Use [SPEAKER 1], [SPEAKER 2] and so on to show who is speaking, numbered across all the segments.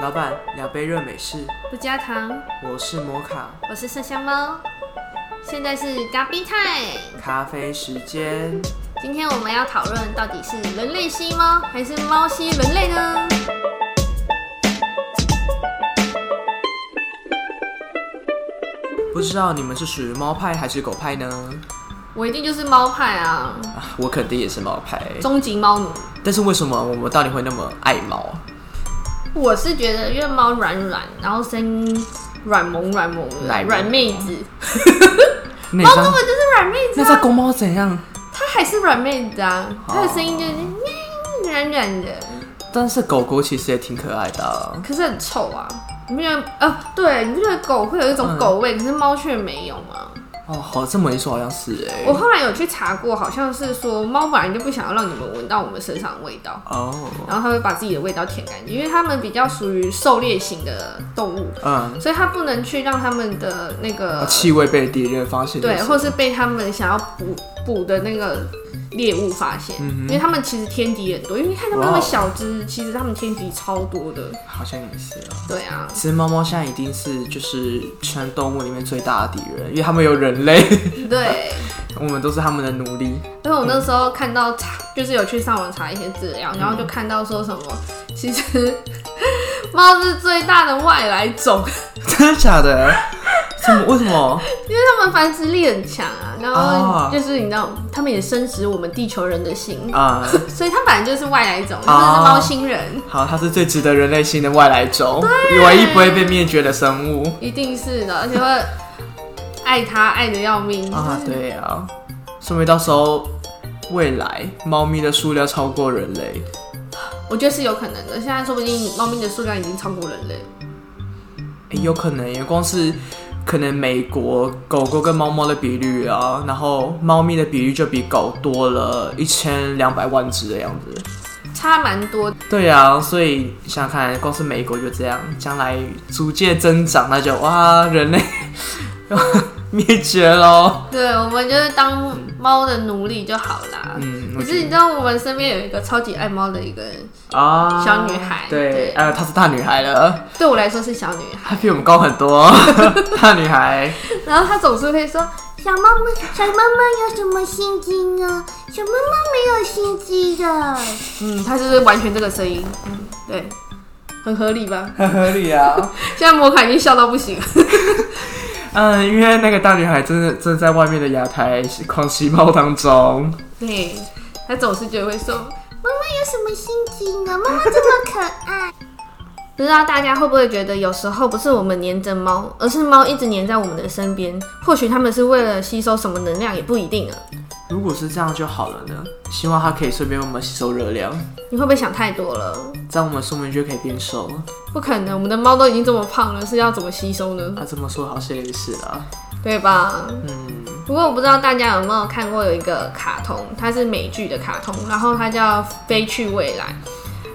[SPEAKER 1] 老板，两杯热美式，
[SPEAKER 2] 不加糖，
[SPEAKER 1] 我是摩卡
[SPEAKER 2] 我是麝香猫。现在是咖啡 time，
[SPEAKER 1] 咖啡时间。
[SPEAKER 2] 今天我们要讨论到底是人类吸猫还是猫吸人类呢？
[SPEAKER 1] 不知道你们是属于猫派还是狗派呢？
[SPEAKER 2] 我一定就是猫派啊，
[SPEAKER 1] 啊，我肯定也是猫派。
[SPEAKER 2] 终极猫奴。
[SPEAKER 1] 但是为什么我们到底会那么爱猫啊？
[SPEAKER 2] 我是觉得，因为猫软软，然后声音软萌软萌
[SPEAKER 1] 软
[SPEAKER 2] 的，
[SPEAKER 1] 萌
[SPEAKER 2] 软妹子，
[SPEAKER 1] 那
[SPEAKER 2] 猫
[SPEAKER 1] 你知道
[SPEAKER 2] 根本就是软妹子
[SPEAKER 1] 那在
[SPEAKER 2] 啊，
[SPEAKER 1] 公猫怎样？
[SPEAKER 2] 它还是软妹子啊，
[SPEAKER 1] 哦
[SPEAKER 2] 它的声音就是喵软软的，
[SPEAKER 1] 但是狗狗其实也挺可爱的啊、
[SPEAKER 2] 可是很臭啊。你不觉得？呃，对，你不觉得狗会有一种狗味，可是猫却没有吗？
[SPEAKER 1] 哦，好，这么一说好像是哎、
[SPEAKER 2] 我后来有去查过，好像是说猫本来就不想要让你们闻到我们身上的味道，
[SPEAKER 1] 哦，
[SPEAKER 2] 然后它会把自己的味道舔干净，因为它们比较属于狩猎型的动物，
[SPEAKER 1] 嗯，
[SPEAKER 2] 所以它不能去让它们的那个
[SPEAKER 1] 气味被敌人发现，
[SPEAKER 2] 对，或是被他们想要捕捕的那个猎物发现，因为他们其实天敌很多，因为你看他们
[SPEAKER 1] 嗯
[SPEAKER 2] 那
[SPEAKER 1] 哇哦
[SPEAKER 2] 么小只，其实他们天敌超多的。
[SPEAKER 1] 好像也是啊。
[SPEAKER 2] 对啊，
[SPEAKER 1] 其实猫猫现在一定是就是全动物里面最大的敌人，因为它们有人类，
[SPEAKER 2] 对。
[SPEAKER 1] 我们都是它们的奴隶。
[SPEAKER 2] 因为我
[SPEAKER 1] 嗯
[SPEAKER 2] 那时候看到查，就是有去上网查一些资料，然后
[SPEAKER 1] 嗯
[SPEAKER 2] 就看到说什么，其实 猫是最大的外来种，
[SPEAKER 1] 真的假的？怎么？为什么？
[SPEAKER 2] 它们繁殖力很强啊，然
[SPEAKER 1] 哦
[SPEAKER 2] 后就是你知道，它们也深植我们地球人的心，
[SPEAKER 1] 啊、哦
[SPEAKER 2] 所以它本来就是外来种，它们是猫星人，
[SPEAKER 1] 好，它是最值得人类心的外来种，唯一不会被灭绝的生物
[SPEAKER 2] 一定是的，而且会爱它爱的要命
[SPEAKER 1] 啊！对啊，说明到时候未来猫咪的数量超过人类，
[SPEAKER 2] 我觉得是有可能的。现在说不定猫咪的数量已经超过人类，
[SPEAKER 1] 诶有可能也光是。可能美国狗狗跟猫猫的比率啊，然后猫咪的比率就比狗多了一千两百万只的样子。
[SPEAKER 2] 差蛮多。
[SPEAKER 1] 对啊，所以想想看，光是美国就这样，将来逐渐增长，那就哇，人类 灭绝喽。
[SPEAKER 2] 对，我们就是当猫的奴隶就好啦。
[SPEAKER 1] 嗯，
[SPEAKER 2] 可是你知道，我们身边有一个超级爱猫的一个人，
[SPEAKER 1] 啊，
[SPEAKER 2] 小女孩对
[SPEAKER 1] 对，呃，她是大女孩了，
[SPEAKER 2] 对我来说是小女孩。
[SPEAKER 1] 她比我们高很 多，大女孩。
[SPEAKER 2] 然后她总是会说：“
[SPEAKER 3] 小猫咪，小猫猫有什么心机呢？小猫猫没有心机的。
[SPEAKER 2] 嗯，她就是完全这个声音。”嗯，对，很合理吧？
[SPEAKER 1] 很合理啊，
[SPEAKER 2] 现在摩卡已经笑到不行了。
[SPEAKER 1] 嗯，因为那个大女孩真的正在外面的阳台狂吸猫当中，
[SPEAKER 2] 对，她总是就会说。
[SPEAKER 3] 妈妈有什么心机呢？妈妈这么可 爱。
[SPEAKER 2] 不知道大家会不会觉得，有时候不是我们黏着猫，而是猫一直黏在我们的身边。或许它们是为了吸收什么能量，也不一定啊。
[SPEAKER 1] 如果是这样就好了呢，希望她可以顺便为我们吸收热量，
[SPEAKER 2] 你会不会想太多了？
[SPEAKER 1] 这样我们说不定就可以变瘦了。
[SPEAKER 2] 不可能，我们的猫都已经这么胖了，是要怎么吸收呢？
[SPEAKER 1] 啊，这么说好像也是啊，
[SPEAKER 2] 对吧？
[SPEAKER 1] 嗯。
[SPEAKER 2] 不过我不知道大家有没有看过有一个卡通，它是美剧的卡通，然后它叫《飞去未来》，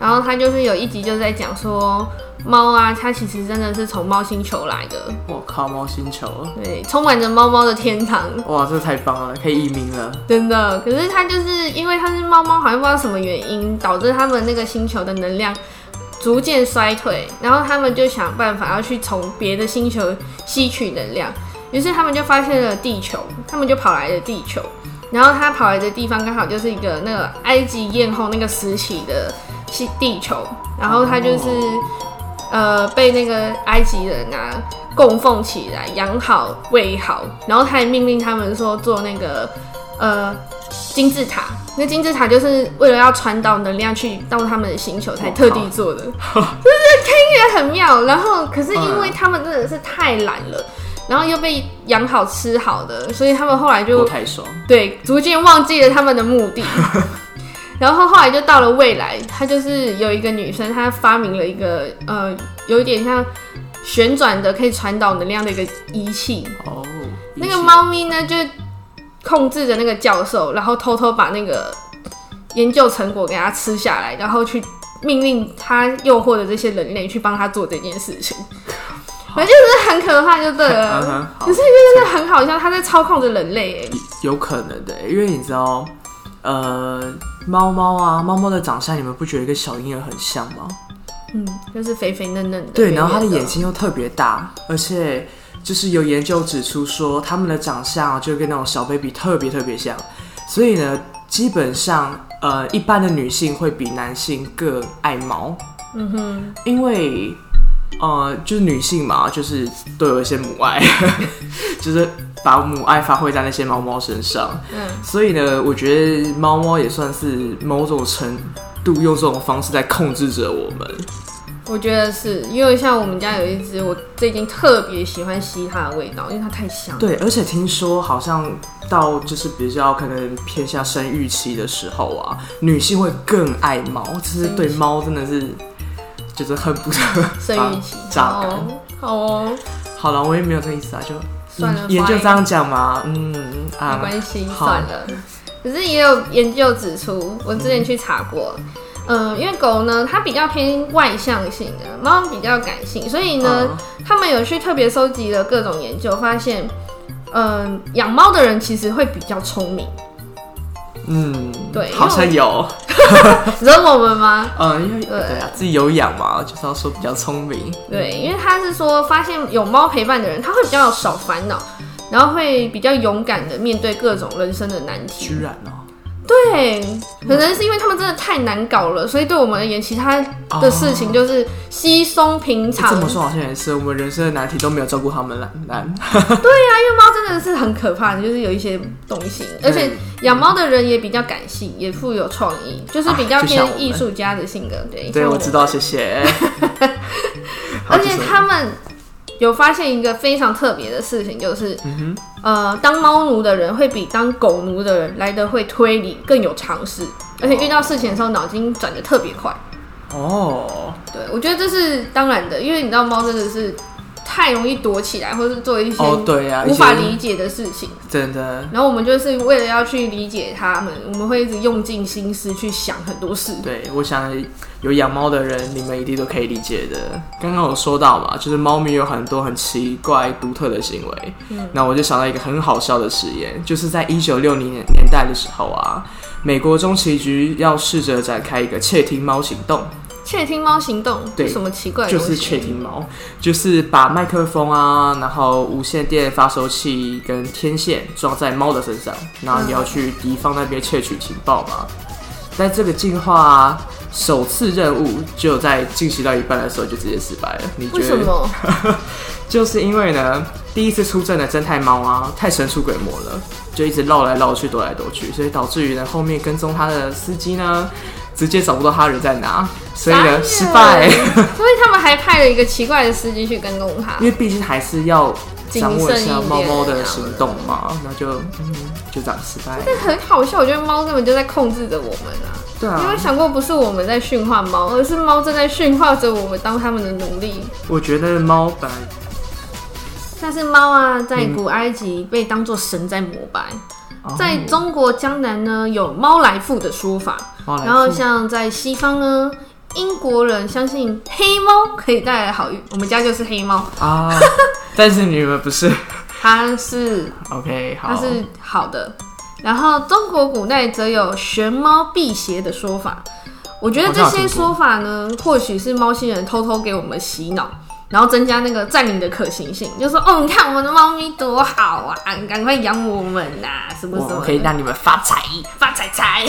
[SPEAKER 2] 然后它就是有一集就在讲说猫啊，它其实真的是从猫星球来的，
[SPEAKER 1] 我靠，猫星球，
[SPEAKER 2] 对，充满着猫猫的天堂。
[SPEAKER 1] 哇，这太棒了，可以移民了。
[SPEAKER 2] 真的，可是它就是因为它是猫猫，好像不知道什么原因导致它们那个星球的能量逐渐衰退，然后他们就想办法要去从别的星球吸取能量，于是他们就发现了地球，他们就跑来了地球，然后他跑来的地方刚好就是一个那个埃及艳后那个时期的系地球，然后他就是、呃被那个埃及人啊供奉起来，养好喂好，然后他还命令他们说做那个呃金字塔，那金字塔就是为了要传导能量去到他们的星球才特地做的，就是听起来很妙。然后可是因为他们真的是太懒了。然后又被养好吃好的，所以他们后来就
[SPEAKER 1] 我太爽，
[SPEAKER 2] 对，逐渐忘记了他们的目的。然后后来就到了未来，她就是有一个女生，她发明了一个呃，有一点像旋转的可以传导能量的一个仪器。
[SPEAKER 1] 哦，
[SPEAKER 2] 那
[SPEAKER 1] 一
[SPEAKER 2] 个
[SPEAKER 1] 起，
[SPEAKER 2] 猫咪呢，就控制着那个教授，然后偷偷把那个研究成果给它吃下来，然后去命令他诱惑的这些人类去帮他做这件事 情。反正就是很可怕，就对
[SPEAKER 1] 嗯
[SPEAKER 2] 了。
[SPEAKER 1] 哼，好
[SPEAKER 2] 可，是就是很好笑，他在操控着人类 耶。
[SPEAKER 1] 有可能的，因为你知道，呃，猫猫啊，猫猫的长相，你们不觉得跟小婴儿很像吗？
[SPEAKER 2] 嗯，就是肥肥嫩嫩的。
[SPEAKER 1] 对，然后它的
[SPEAKER 2] 肥肥
[SPEAKER 1] 眼睛又特别大，而且就是有研究指出说，它们的长相啊就跟那种小 baby 特别特别像，所以呢，基本上呃，一般的女性会比男性更爱猫，
[SPEAKER 2] 嗯哼，
[SPEAKER 1] 因为呃，就是女性嘛，就是都有一些母爱， 就是把母爱发挥在那些猫猫身上，
[SPEAKER 2] 嗯，
[SPEAKER 1] 所以呢，我觉得猫猫也算是某种程度用这种方式在控制着我们。
[SPEAKER 2] 我觉得是因为像我们家有一只，我最近特别喜欢吸它的味道，因为它太香了。
[SPEAKER 1] 对，而且听说好像到就是比较可能偏向生育期的时候啊，女性会更爱猫，就是对
[SPEAKER 2] 嗯
[SPEAKER 1] 猫真的是就是恨不得
[SPEAKER 2] 生
[SPEAKER 1] 把
[SPEAKER 2] 育期。
[SPEAKER 1] 榨
[SPEAKER 2] 好
[SPEAKER 1] 干。
[SPEAKER 2] 哦，好哦，
[SPEAKER 1] 好了，我也没有这个意思啊，就
[SPEAKER 2] 算了，
[SPEAKER 1] 嗯研究
[SPEAKER 2] fine
[SPEAKER 1] 这样讲嘛，嗯
[SPEAKER 2] 没
[SPEAKER 1] 啊，
[SPEAKER 2] 关系，
[SPEAKER 1] 好
[SPEAKER 2] 算了。可是也有研究指出，我之前去查过，嗯、因为狗呢，它比较偏外向性的，猫比较感性，所以呢，
[SPEAKER 1] 嗯
[SPEAKER 2] 他们有去特别收集了各种研究，发现，嗯、养猫的人其实会比较聪明。
[SPEAKER 1] 嗯，
[SPEAKER 2] 对因为
[SPEAKER 1] 好像有，
[SPEAKER 2] 惹我们吗？
[SPEAKER 1] 嗯，因为
[SPEAKER 2] 对
[SPEAKER 1] 对啊，自己有养嘛，就是要说比较聪明，
[SPEAKER 2] 对，因为他是说，发现有猫陪伴的人，他会比较少烦恼，然后会比较勇敢的面对各种人生的难 题。
[SPEAKER 1] 居然哦。
[SPEAKER 2] 对，可能是因为他们真的太难搞了，所以对我们而言，其他的事情就是稀松平常。
[SPEAKER 1] 哦啊这么说好像也是，我们人生的难题都没有照顾他们难难。
[SPEAKER 2] 猫真的是很可怕的，就是有一些东西，而且养猫的人也比较感性，也富有创意，就是比较
[SPEAKER 1] 啊就像我
[SPEAKER 2] 偏
[SPEAKER 1] 们
[SPEAKER 2] 艺术家的性格。对，
[SPEAKER 1] 嗯对，
[SPEAKER 2] 像
[SPEAKER 1] 我知道，谢 谢。好
[SPEAKER 2] 而
[SPEAKER 1] 就
[SPEAKER 2] 且
[SPEAKER 1] 是
[SPEAKER 2] 他们有发现一个非常特别的事情，就是，
[SPEAKER 1] 嗯哼
[SPEAKER 2] 呃，当猫奴的人会比当狗奴的人来的会推理，更有尝试，而且遇到事情的时候脑筋转的特别快。
[SPEAKER 1] 哦，
[SPEAKER 2] 对，我觉得这是当然的，因为你知道猫真的是太容易躲起来，或是做一些
[SPEAKER 1] 哦，对啊，
[SPEAKER 2] 无法
[SPEAKER 1] 一些
[SPEAKER 2] 理解的事情。
[SPEAKER 1] 真的，
[SPEAKER 2] 然后我们就是为了要去理解它们，我们会一直用尽心思去想很多事。
[SPEAKER 1] 对我想有养猫的人，你们一定都可以理解的。刚刚有说到嘛，就是猫咪有很多很奇怪、独特的行为。
[SPEAKER 2] 嗯
[SPEAKER 1] 那我就想到一个很好笑的实验，就是在一九六零年年代的时候啊，美国中情局要试着展开一个窃听猫行动。
[SPEAKER 2] 窃听猫行动，
[SPEAKER 1] 对
[SPEAKER 2] 什么奇怪的
[SPEAKER 1] 就
[SPEAKER 2] 东西？
[SPEAKER 1] 是窃听猫，就是把麦克风啊，然后无线电发射器跟天线装在猫的身上，然后你要去敌方那边窃取情报嘛。但这个进化首次任务，只有在进行到一半的时候就直接失败了。你觉
[SPEAKER 2] 为什
[SPEAKER 1] 得？
[SPEAKER 2] 么？
[SPEAKER 1] 就是因为呢，第一次出阵的侦探猫啊，太神出鬼没了，就一直绕来绕去，躲来躲去，所以导致于呢，后面跟踪他的司机呢，直接找不到他人在哪，所以呢，失
[SPEAKER 2] 傻
[SPEAKER 1] 败。
[SPEAKER 2] 眼所以他们还派了一个奇怪的司机去跟踪它
[SPEAKER 1] 因。为毕竟还是要掌握一下猫猫的行动嘛，那就嗯就这样失败。
[SPEAKER 2] 这很好笑，我觉得猫根本就在控制着我们啊！
[SPEAKER 1] 对
[SPEAKER 2] 你有没
[SPEAKER 1] 啊
[SPEAKER 2] 有，想过，不是我们在驯化猫，而是猫正在驯化着我们，当他们的奴隶。
[SPEAKER 1] 我觉得猫本来
[SPEAKER 2] 但是猫啊，在古埃及被当作神在膜拜，
[SPEAKER 1] 哦
[SPEAKER 2] 在中国江南呢有“猫来富”的说法，
[SPEAKER 1] 猫来
[SPEAKER 2] 然后
[SPEAKER 1] 富
[SPEAKER 2] 像在西方呢，英国人相信黑猫可以带来好运，我们家就是黑猫，
[SPEAKER 1] 啊，但是你们不是
[SPEAKER 2] 它是
[SPEAKER 1] OK 好
[SPEAKER 2] 它是好的。然后中国古代则有玄猫辟邪的说法，我觉得这些说法呢，或许是猫星人偷偷给我们洗脑，然后增加那个占领的可行性，就说哦，你看我们的猫咪多好啊，赶快养我们呐、什么什
[SPEAKER 1] 我
[SPEAKER 2] 么
[SPEAKER 1] 可以
[SPEAKER 2] 的，
[SPEAKER 1] 让你们发财，
[SPEAKER 2] 发财财。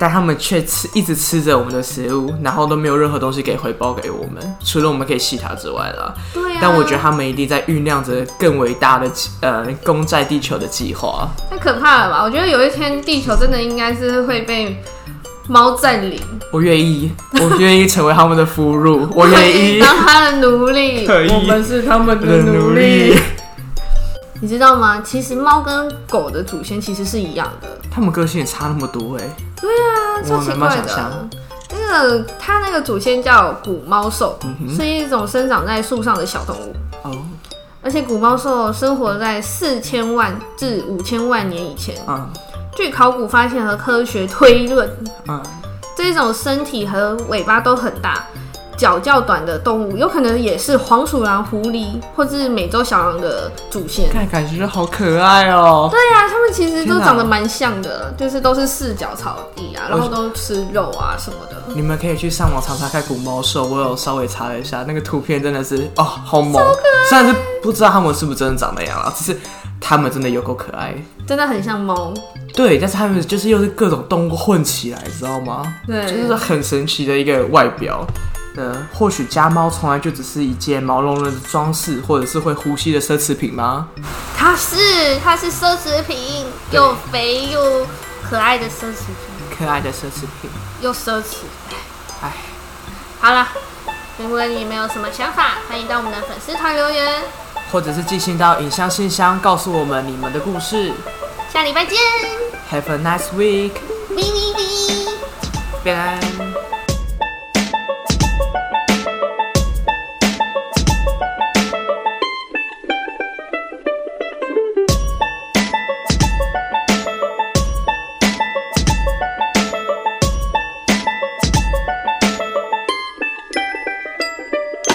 [SPEAKER 1] 但他们却吃一直吃着我们的食物，然后都没有任何东西可以回报给我们，除了我们可以吸它之外啦。
[SPEAKER 2] 对啊，
[SPEAKER 1] 但我觉得他们一定在酝酿着更伟大的计呃攻占地球的计划。
[SPEAKER 2] 太可怕了吧！我觉得有一天地球真的应该是会被猫占领，
[SPEAKER 1] 我愿意，我愿意成为他们的俘虏，我
[SPEAKER 2] 可
[SPEAKER 1] 愿
[SPEAKER 2] 以
[SPEAKER 1] 意。
[SPEAKER 2] 当它的奴隶。
[SPEAKER 1] 可以
[SPEAKER 2] 我们是他们
[SPEAKER 1] 的奴隶。
[SPEAKER 2] 你知道吗？其实猫跟狗的祖先其实是一样的，
[SPEAKER 1] 他们个性也差那么多哎、
[SPEAKER 2] 对啊，超
[SPEAKER 1] 我
[SPEAKER 2] 奇
[SPEAKER 1] 没办法
[SPEAKER 2] 怪
[SPEAKER 1] 想
[SPEAKER 2] 的
[SPEAKER 1] 象。
[SPEAKER 2] 那个它那个祖先叫古猫兽，
[SPEAKER 1] 嗯
[SPEAKER 2] 是一种生长在树上的小动物，
[SPEAKER 1] 哦，
[SPEAKER 2] 而且古猫兽生活在四千万至五千万年以前。
[SPEAKER 1] 嗯
[SPEAKER 2] 据考古发现和科学推论，
[SPEAKER 1] 嗯，
[SPEAKER 2] 这种身体和尾巴都很大，脚较短的动物，有可能也是黄鼠狼、狐狸或是美洲小狼的祖先。
[SPEAKER 1] 看感觉好可爱哦、
[SPEAKER 2] 对啊，它们其实
[SPEAKER 1] 天
[SPEAKER 2] 都
[SPEAKER 1] 哪
[SPEAKER 2] 长得蛮像的，就是都是四脚草地啊，然后
[SPEAKER 1] 我
[SPEAKER 2] 都吃肉啊什么的。
[SPEAKER 1] 你们可以去上网查查看古猫兽，我有稍微查了一下，那个图片真的是哦，好萌。虽然是不知道它们是不是真的长那样啦，啊只是它们真的有够可爱。
[SPEAKER 2] 真的很像猫，
[SPEAKER 1] 对，但是它们就是又是各种动物混起来，知道吗？
[SPEAKER 2] 对，
[SPEAKER 1] 就是很神奇的一个外表。呃，或许家猫从来就只是一件毛茸茸的装饰，或者是会呼吸的奢侈品吗？
[SPEAKER 3] 它是它是奢侈品，
[SPEAKER 1] 对
[SPEAKER 3] 又肥又可爱的奢侈品，
[SPEAKER 1] 可爱的奢侈品，
[SPEAKER 2] 又奢侈。
[SPEAKER 1] 唉，
[SPEAKER 3] 好了。如果你们有什么想法，欢迎到我们的粉丝团留言。
[SPEAKER 1] 或者是寄信到影像信箱，告诉我们你们的故事。
[SPEAKER 3] 下礼拜见，
[SPEAKER 1] Have a nice week，
[SPEAKER 3] 哔哔哔。
[SPEAKER 1] 拜拜。